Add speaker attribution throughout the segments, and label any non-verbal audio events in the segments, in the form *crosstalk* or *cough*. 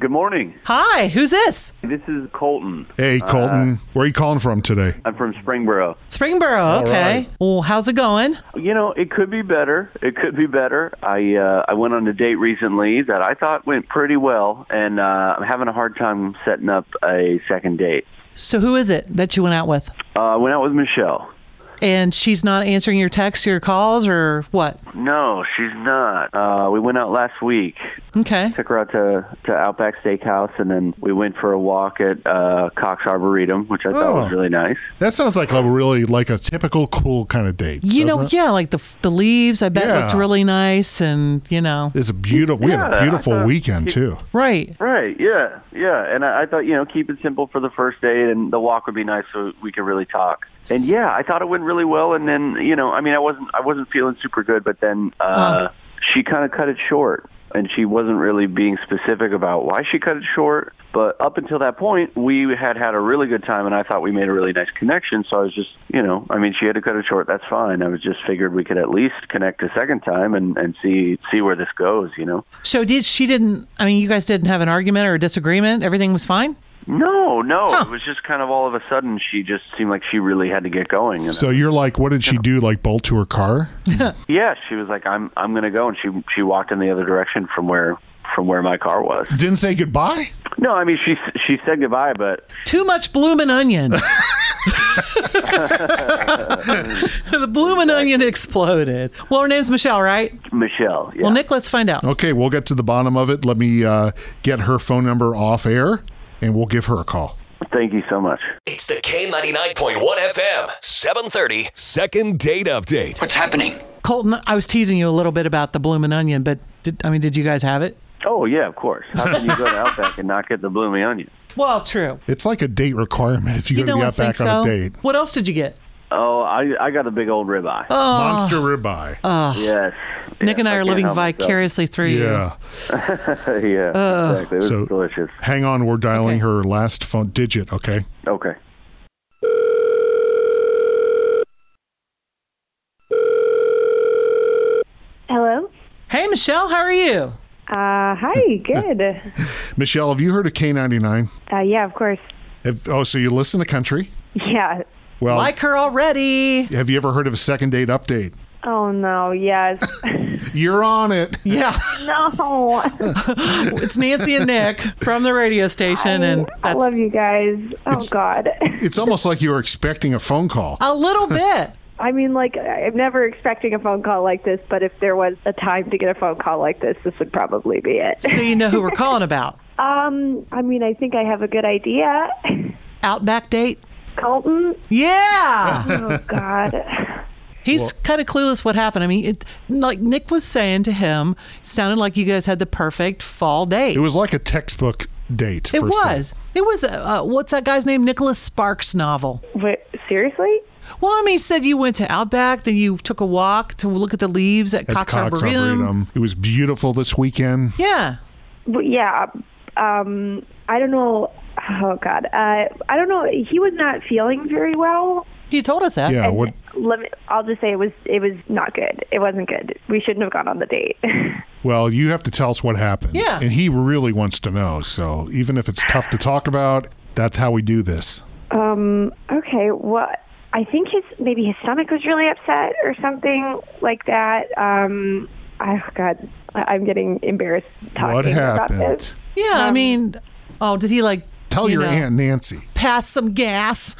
Speaker 1: Good morning.
Speaker 2: Hi, who's this?
Speaker 1: This is Colton. Uh,
Speaker 3: Hey, Colton, where are you calling from today?
Speaker 1: I'm from Springboro.
Speaker 2: Springboro. Okay.
Speaker 3: right.
Speaker 2: Well, how's it going?
Speaker 1: You know, it could be better. It could be better. I uh, I went on a date recently that I thought went pretty well, and uh, I'm having a hard time setting up a second date.
Speaker 2: So, who is it that you went out with?
Speaker 1: Uh, I went out with Michelle.
Speaker 2: And she's not answering your texts, your calls, or what?
Speaker 1: No, she's not. Uh, we went out last week.
Speaker 2: Okay.
Speaker 1: Took her out to, to Outback Steakhouse, and then we went for a walk at uh, Cox Arboretum, which I thought was
Speaker 3: Oh.
Speaker 1: really nice.
Speaker 3: That sounds like a really like a typical cool kind of date.
Speaker 2: You know,
Speaker 3: doesn't it?
Speaker 2: yeah, like the the leaves. I bet
Speaker 3: Yeah.
Speaker 2: looked really nice, and you know,
Speaker 3: it's a beautiful. We had
Speaker 1: Yeah,
Speaker 3: a
Speaker 1: I
Speaker 3: beautiful
Speaker 1: thought-
Speaker 3: weekend too.
Speaker 2: right?
Speaker 1: Right. Yeah. Yeah. And I, I thought, you know, keep it simple for the first date, and the walk would be nice so we could really talk. And yeah, I thought it went really well. And then, you know, I mean, I wasn't, I wasn't feeling super good, but then uh, she kind of cut it short, and she wasn't really being specific about why she cut it short. But up until that point, we had had a really good time, and I thought we made a really nice connection. So I was just, you know, I mean, she had to cut it short. That's fine. I was just figured we could at least connect a second time and and see see where this goes. You know.
Speaker 2: So did she didn't? I mean, you guys didn't have an argument or a disagreement. Everything was fine.
Speaker 1: No, no.
Speaker 2: Huh.
Speaker 1: It was just kind of all of a sudden. She just seemed like she really had to get going. And
Speaker 3: So you're like, what did she do? Like bolt to her car?
Speaker 1: yeah, she was like, "I'm, I'm gonna go," and she she walked in the other direction from where from where my car was.
Speaker 3: Didn't say goodbye.
Speaker 1: No, I mean she she said goodbye, but
Speaker 2: Too much bloomin' onion. *laughs* the bloomin' onion exploded. Well, her name's Michelle, right?
Speaker 1: Michelle. Yeah.
Speaker 2: Well, Nick, let's find out.
Speaker 3: Okay, we'll get to the bottom of it. Let me uh, get her phone number off air, and we'll give her a call.
Speaker 1: Thank you so much.
Speaker 4: It's the K99.1 FM, 730.
Speaker 5: Second date update.
Speaker 6: What's happening?
Speaker 2: Colton, I was teasing you a little bit about the bloomin' onion, but did, I mean, did you guys have it?
Speaker 1: Oh yeah, of course. How can you go to Outback and not get the blooming onion?
Speaker 2: Well, true.
Speaker 3: It's like a date requirement if you,
Speaker 2: You
Speaker 3: go to
Speaker 2: don't
Speaker 3: the
Speaker 2: think
Speaker 3: Outback
Speaker 2: so.
Speaker 3: on a date.
Speaker 2: What else did you get?
Speaker 1: Oh, I I got a big old ribeye.
Speaker 2: Uh,
Speaker 1: Oh.
Speaker 3: Monster ribeye.
Speaker 1: Yes.
Speaker 2: Nick and I are living
Speaker 1: vicarious.
Speaker 2: vicariously through you.
Speaker 3: yeah.
Speaker 1: yeah. exactly. It was
Speaker 3: So-
Speaker 1: delicious.
Speaker 3: Hang on, we're dialing her last phone digit. Okay.
Speaker 1: Okay.
Speaker 7: Hello.
Speaker 2: Hey, Michelle, how are you?
Speaker 7: Uh,
Speaker 6: *laughs*
Speaker 7: hi. Good.
Speaker 3: Michelle, have you heard of K99?
Speaker 7: Uh, yeah, of course.
Speaker 3: Have, oh, so you listen to country?
Speaker 7: Yeah.
Speaker 3: Well,
Speaker 2: Like her already.
Speaker 3: have you ever heard of a second date update?
Speaker 7: Oh no. Yes. *laughs*
Speaker 3: You're on it.
Speaker 2: Yeah,
Speaker 7: no.
Speaker 2: *laughs* it's Nancy and Nick from the radio station, and
Speaker 7: I
Speaker 2: that's
Speaker 7: love you guys. Oh God.
Speaker 3: It's almost like you were expecting a phone call.
Speaker 2: a little bit.
Speaker 7: I mean, like I'm never expecting a phone call like this, but if there was a time to get a phone call like this, this would probably
Speaker 2: *laughs*
Speaker 7: be it.
Speaker 2: So you know who we're calling about.
Speaker 7: Um, I mean, I think I have a good idea.
Speaker 2: Outback date. *laughs*
Speaker 7: Colton.
Speaker 2: Yeah,
Speaker 3: *laughs*
Speaker 7: Oh God.
Speaker 2: he's kind of clueless what happened. I mean, it, like Nick was saying to him, sounded like you guys had the perfect fall date.
Speaker 3: It was like a textbook date.
Speaker 2: It
Speaker 3: first
Speaker 2: was. It was. Uh, uh, what's that guy's name? Nicholas Sparks novel.
Speaker 7: Wait, seriously?
Speaker 2: Well, I mean, he said you went to Outback, then you took a walk to look at the leaves at,
Speaker 3: At
Speaker 2: Cox,
Speaker 3: Cox,
Speaker 2: Arboretum.
Speaker 3: Arboretum. It was beautiful
Speaker 2: *laughs*
Speaker 3: this weekend.
Speaker 2: Yeah.
Speaker 7: But yeah. Um, I don't know. Oh God. Uh, I don't know. He was not feeling very well.
Speaker 2: You told us that.
Speaker 3: Yeah. What?
Speaker 7: let me, I'll just say it was it was not good. It wasn't good. We shouldn't have gone on the date. *laughs*
Speaker 3: Well, you have to tell us what happened.
Speaker 2: Yeah.
Speaker 3: And he really wants to know. So even if it's tough to talk about, that's how we do this.
Speaker 7: um, okay, well, I think his maybe his stomach was really upset or something like that. Um, oh God, I- I'm getting embarrassed talking
Speaker 3: what
Speaker 7: about
Speaker 3: happened?
Speaker 7: this.
Speaker 2: Yeah, I mean, oh, did he like
Speaker 3: Tell
Speaker 2: you
Speaker 3: your
Speaker 2: know,
Speaker 3: aunt Nancy.
Speaker 2: pass some
Speaker 3: *laughs*
Speaker 2: gas?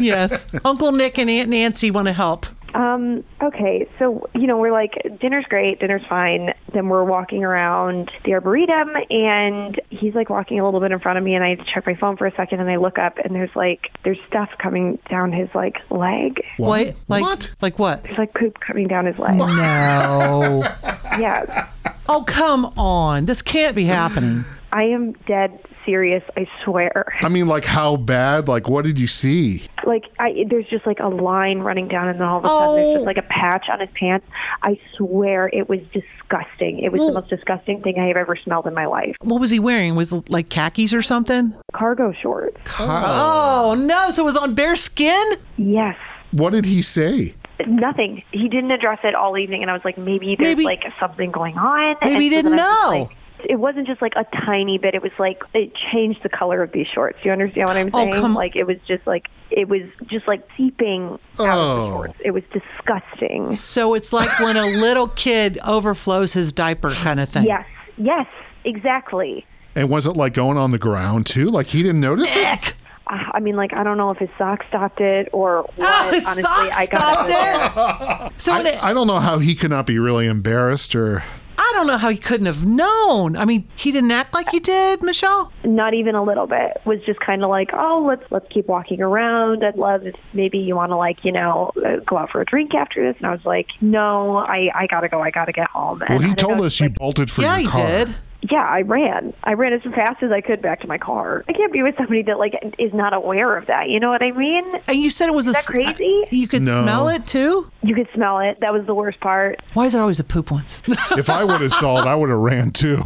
Speaker 2: yes. Uncle Nick and Aunt Nancy want to help.
Speaker 7: Um, okay, so you know we're like dinner's great, dinner's fine. Then we're walking around the arboretum, and he's like walking a little bit in front of me, and I check my phone for a second, and I look up, and there's like there's stuff coming down his like leg.
Speaker 2: Wait, like
Speaker 3: what?
Speaker 2: like what?
Speaker 7: It's like poop coming down his leg.
Speaker 2: No.
Speaker 7: *laughs* Yeah,
Speaker 2: *laughs* oh, come on. This can't be happening.
Speaker 7: I am dead serious. I swear.
Speaker 3: I mean, like how bad? Like what did you see?
Speaker 7: like I there's just like a line running down, and then all of a sudden there's just like a patch on his pants. I swear it was disgusting. It was the most disgusting thing I have ever smelled in my life.
Speaker 2: What was he wearing? Was it like khakis or something?
Speaker 7: Cargo shorts.
Speaker 2: Oh no! So it was on bare skin.
Speaker 7: Yes.
Speaker 3: What did he say?
Speaker 7: Nothing. He didn't address it all evening, and I was like, maybe there's
Speaker 2: Maybe-
Speaker 7: like something going on.
Speaker 2: Maybe
Speaker 7: And
Speaker 2: he
Speaker 7: so
Speaker 2: didn't
Speaker 7: then I was
Speaker 2: know.
Speaker 7: just like- it wasn't just like a tiny bit. It was like it changed the color of these shorts. You understand what I'm
Speaker 2: Oh,
Speaker 7: saying?
Speaker 2: come-
Speaker 7: Like it was just like it was just like seeping out of
Speaker 2: Oh.
Speaker 7: the shorts. It was disgusting.
Speaker 2: So it's like when a little kid overflows his diaper, kind of thing.
Speaker 7: Yes, yes, exactly.
Speaker 3: And was it like going on the ground too? Like he didn't notice it?
Speaker 2: Heck!
Speaker 7: Uh, I mean, like I don't know if his sock stopped it or what.
Speaker 2: Oh, his
Speaker 7: Honestly,
Speaker 2: socks
Speaker 7: I got
Speaker 2: stopped
Speaker 7: it.
Speaker 2: there. So when it-
Speaker 3: I don't know how he could not be really embarrassed or
Speaker 2: I don't know how he couldn't have known. I mean, he didn't act like he did, Michelle.
Speaker 7: Not even a little bit. Was just kind of like, oh, let's let's keep walking around. I'd love if maybe you want to like you know uh, go out for a drink after this. And I was like, no, I I gotta go. I gotta get home. And
Speaker 3: Well,
Speaker 7: I
Speaker 3: he
Speaker 7: don't
Speaker 3: told
Speaker 7: know,
Speaker 3: us you bolted for
Speaker 2: yeah,
Speaker 3: your
Speaker 2: he
Speaker 3: car.
Speaker 2: did.
Speaker 7: Yeah, I ran. I ran as fast as I could back to my car. I can't be with somebody that like is not aware of that. You know what I mean?
Speaker 2: And you said it was a
Speaker 7: that
Speaker 2: s-
Speaker 7: crazy?
Speaker 2: You could
Speaker 3: No.
Speaker 2: smell it too.
Speaker 7: You could smell it. That was the worst part.
Speaker 2: Why is it always the poop ones?
Speaker 3: *laughs*
Speaker 2: *laughs*
Speaker 3: If I would have saw it, I would have ran too.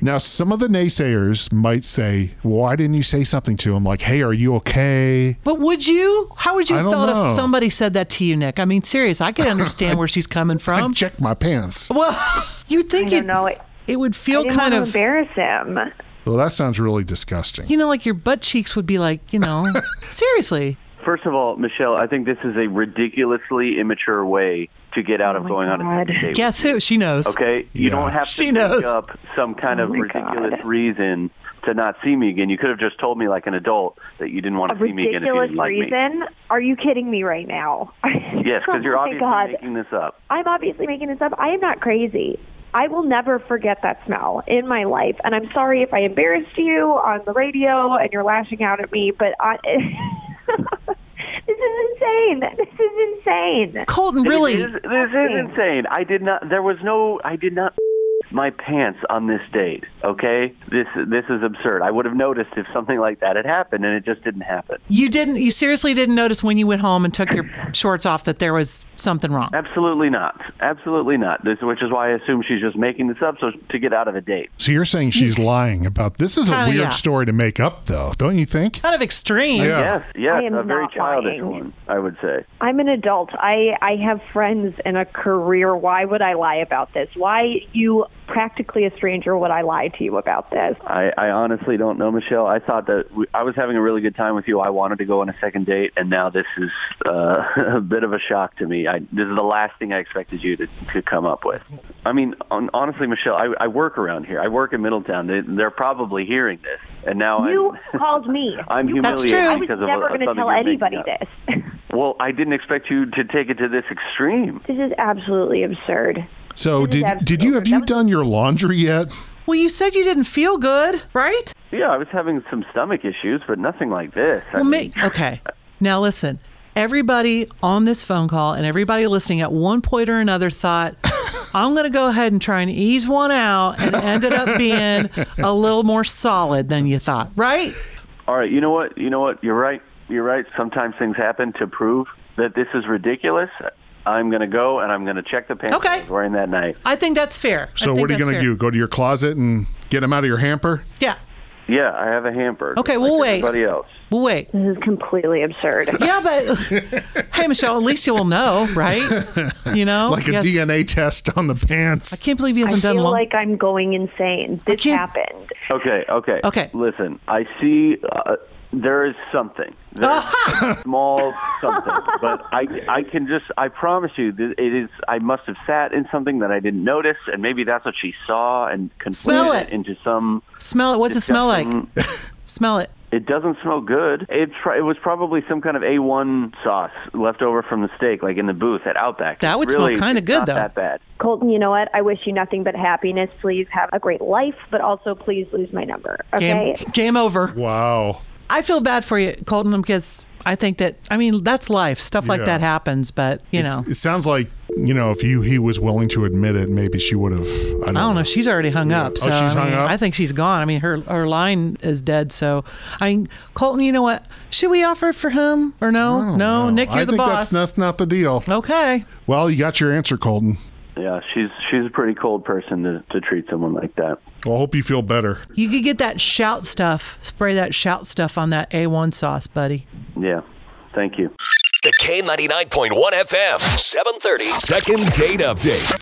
Speaker 3: Now, some of the naysayers might say, "Why didn't you say something to him?" Like, "Hey, are you okay?"
Speaker 2: But would you? How would you
Speaker 3: I
Speaker 2: have
Speaker 3: don't
Speaker 2: felt
Speaker 3: know.
Speaker 2: if somebody said that to you, Nick? I mean, serious.
Speaker 3: *laughs*
Speaker 2: I could understand where she's coming
Speaker 3: I
Speaker 2: from.
Speaker 3: checked my
Speaker 2: *laughs*
Speaker 3: pants.
Speaker 2: well, *laughs* you'd think
Speaker 7: I don't
Speaker 2: it,
Speaker 7: know. It,
Speaker 2: it would
Speaker 7: I
Speaker 2: feel
Speaker 7: didn't
Speaker 2: kind
Speaker 7: want
Speaker 2: of,
Speaker 7: to embarrass him.
Speaker 3: Well, that sounds really disgusting.
Speaker 2: you know, like your butt cheeks would be like, you
Speaker 3: *laughs*
Speaker 2: know, seriously.
Speaker 1: First of all, Michelle, I think this is a ridiculously immature way to get
Speaker 2: Oh
Speaker 1: out of going on a
Speaker 7: God.
Speaker 1: second date.
Speaker 2: Guess who? She knows.
Speaker 1: Okay, you
Speaker 3: Yeah.
Speaker 1: don't have to
Speaker 2: She
Speaker 1: make
Speaker 2: knows.
Speaker 1: up some kind of
Speaker 7: Oh my
Speaker 1: ridiculous
Speaker 7: God.
Speaker 1: reason to not see me again. You could have just told me like an adult that you didn't want
Speaker 7: A
Speaker 1: to see me again if you
Speaker 7: ridiculous
Speaker 1: didn't like me.
Speaker 7: reason? Are you kidding me right now? *laughs*
Speaker 1: Yes, because you're
Speaker 7: oh my
Speaker 1: obviously
Speaker 7: God.
Speaker 1: making this up.
Speaker 7: I'm obviously making this up. I am not crazy. I will never forget that smell in my life, and I'm sorry if I embarrassed you on the radio and you're lashing out at me, but I. *laughs* this is insane. This is insane.
Speaker 2: Colton, really?
Speaker 1: This, is- this is insane. I did not. There was no. I did not. *laughs* My pants on this date. Okay, this this is absurd. I would have noticed if something like that had happened, and it just didn't happen.
Speaker 2: You didn't. You seriously didn't notice when you went home and took your shorts off that there was something wrong.
Speaker 1: Uh, Absolutely not. Absolutely not. This, which is why I assume she's just making this up so to get out of a date.
Speaker 3: So you're saying she's lying about this? Is a
Speaker 2: Kinda,
Speaker 3: weird
Speaker 2: yeah.
Speaker 3: story to make up, though, don't you think?
Speaker 2: Kind of extreme.
Speaker 3: Yeah.
Speaker 1: Yes, yes,
Speaker 7: I am
Speaker 1: a very
Speaker 7: not
Speaker 1: childish
Speaker 7: lying.
Speaker 1: one, I would say.
Speaker 7: I'm an adult. I I have friends and a career. Why would I lie about this? Why you practically a stranger would I lie to you about this?
Speaker 1: I, I honestly don't know, Michelle. I thought that we, I was having a really good time with you. I wanted to go on a second date, and now this is uh, *laughs* a bit of a shock to me. I, this is the last thing I expected you to, to come up with. I mean, on, honestly, Michelle, I, I work around here. I work in Middletown. They, they're probably hearing this, and now *laughs*
Speaker 7: You
Speaker 1: I'm,
Speaker 7: called me.
Speaker 1: I'm
Speaker 2: That's
Speaker 1: humiliated
Speaker 2: true. I was
Speaker 1: because of
Speaker 7: never
Speaker 1: a,
Speaker 7: going to
Speaker 1: something
Speaker 7: tell
Speaker 1: you're making
Speaker 7: anybody
Speaker 1: up.
Speaker 7: this.
Speaker 1: Well, I didn't expect you to take it to this extreme.
Speaker 7: this is absolutely absurd.
Speaker 3: So
Speaker 7: This is
Speaker 3: did did you
Speaker 7: absolutely-
Speaker 3: have you done your laundry yet?
Speaker 2: Well, you said you didn't feel good, right?
Speaker 1: Yeah, I was having some stomach issues, but nothing like this. I
Speaker 2: Well,
Speaker 1: mean,
Speaker 2: me. Okay. Now listen. Everybody on this phone call and everybody listening at one point or another
Speaker 3: *laughs*
Speaker 2: thought, I'm going to go ahead and try and ease one out, and it ended up being a little more solid than you thought, right?
Speaker 1: all right, you know what? You know what? You're right. You're right. Sometimes things happen to prove that this is ridiculous. I'm going to go and I'm going to check the pants
Speaker 2: Okay.
Speaker 1: I was wearing that night.
Speaker 2: I think that's fair. I
Speaker 3: So
Speaker 2: think
Speaker 3: what are you
Speaker 2: that's
Speaker 3: going to
Speaker 2: fair.
Speaker 3: do? Go to your closet and get him out of your hamper?
Speaker 2: Yeah,
Speaker 1: Yeah, I have a hamper.
Speaker 2: Okay,
Speaker 1: just
Speaker 2: we'll
Speaker 1: like
Speaker 2: wait.
Speaker 1: Everybody else.
Speaker 2: we'll wait.
Speaker 7: This is completely absurd.
Speaker 2: Yeah, but *laughs* hey, Michelle, at least you will know, right? You know,
Speaker 3: *laughs* Like a
Speaker 2: Yes.
Speaker 3: DNA test on the
Speaker 2: I
Speaker 3: pants.
Speaker 2: can't believe he
Speaker 7: I
Speaker 2: hasn't
Speaker 7: feel
Speaker 2: done one.
Speaker 7: like I'm going insane. This
Speaker 2: can't-
Speaker 7: happened.
Speaker 1: Okay, okay.
Speaker 2: Okay.
Speaker 1: Listen, I see uh, there is something. There's a *laughs* small something. But I, I can just, I promise you, that it is, I must have sat in something that I didn't notice, and maybe that's what she saw and
Speaker 2: Smell
Speaker 1: conflated
Speaker 2: it.
Speaker 1: into some.
Speaker 2: smell it. What's it smell like?
Speaker 1: disgusting-
Speaker 2: smell it.
Speaker 1: It doesn't smell good. It, pr- it was probably some kind of A1 sauce left over from the steak, like in the booth at Outback.
Speaker 2: That would smell
Speaker 1: really,
Speaker 2: kinda
Speaker 1: it's
Speaker 2: good,
Speaker 1: not
Speaker 2: though.
Speaker 1: that bad.
Speaker 7: Colton, you know what? I wish you nothing but happiness. Please have a great life, but also please lose my number.
Speaker 2: Game,
Speaker 7: Okay.
Speaker 2: game over.
Speaker 3: Wow.
Speaker 2: I feel bad for you, Colton, because I think that I mean that's life. Stuff like
Speaker 3: Yeah.
Speaker 2: that happens, but you know,
Speaker 3: It sounds like you know if you he was willing to admit it, maybe she would have. I don't,
Speaker 2: I don't know. She's already hung
Speaker 3: Yeah.
Speaker 2: up.
Speaker 3: Oh,
Speaker 2: So
Speaker 3: she's
Speaker 2: I,
Speaker 3: hung
Speaker 2: mean,
Speaker 3: up?
Speaker 2: I think she's gone. I mean, her her line is dead. So I, mean, Colton, you know what? Should we offer it for him or no? No, Nick, you're
Speaker 3: I
Speaker 2: the
Speaker 3: think
Speaker 2: boss.
Speaker 3: That's, that's not the deal.
Speaker 2: okay.
Speaker 3: Well, you got your answer, Colton.
Speaker 1: Yeah, she's she's a pretty cold person to, to treat someone like that.
Speaker 3: Well, I hope you feel better.
Speaker 2: You could get that shout stuff. Spray that shout stuff on that A1 sauce, buddy.
Speaker 1: Yeah, thank you.
Speaker 4: The K99.1 FM, 730.
Speaker 5: Second date update.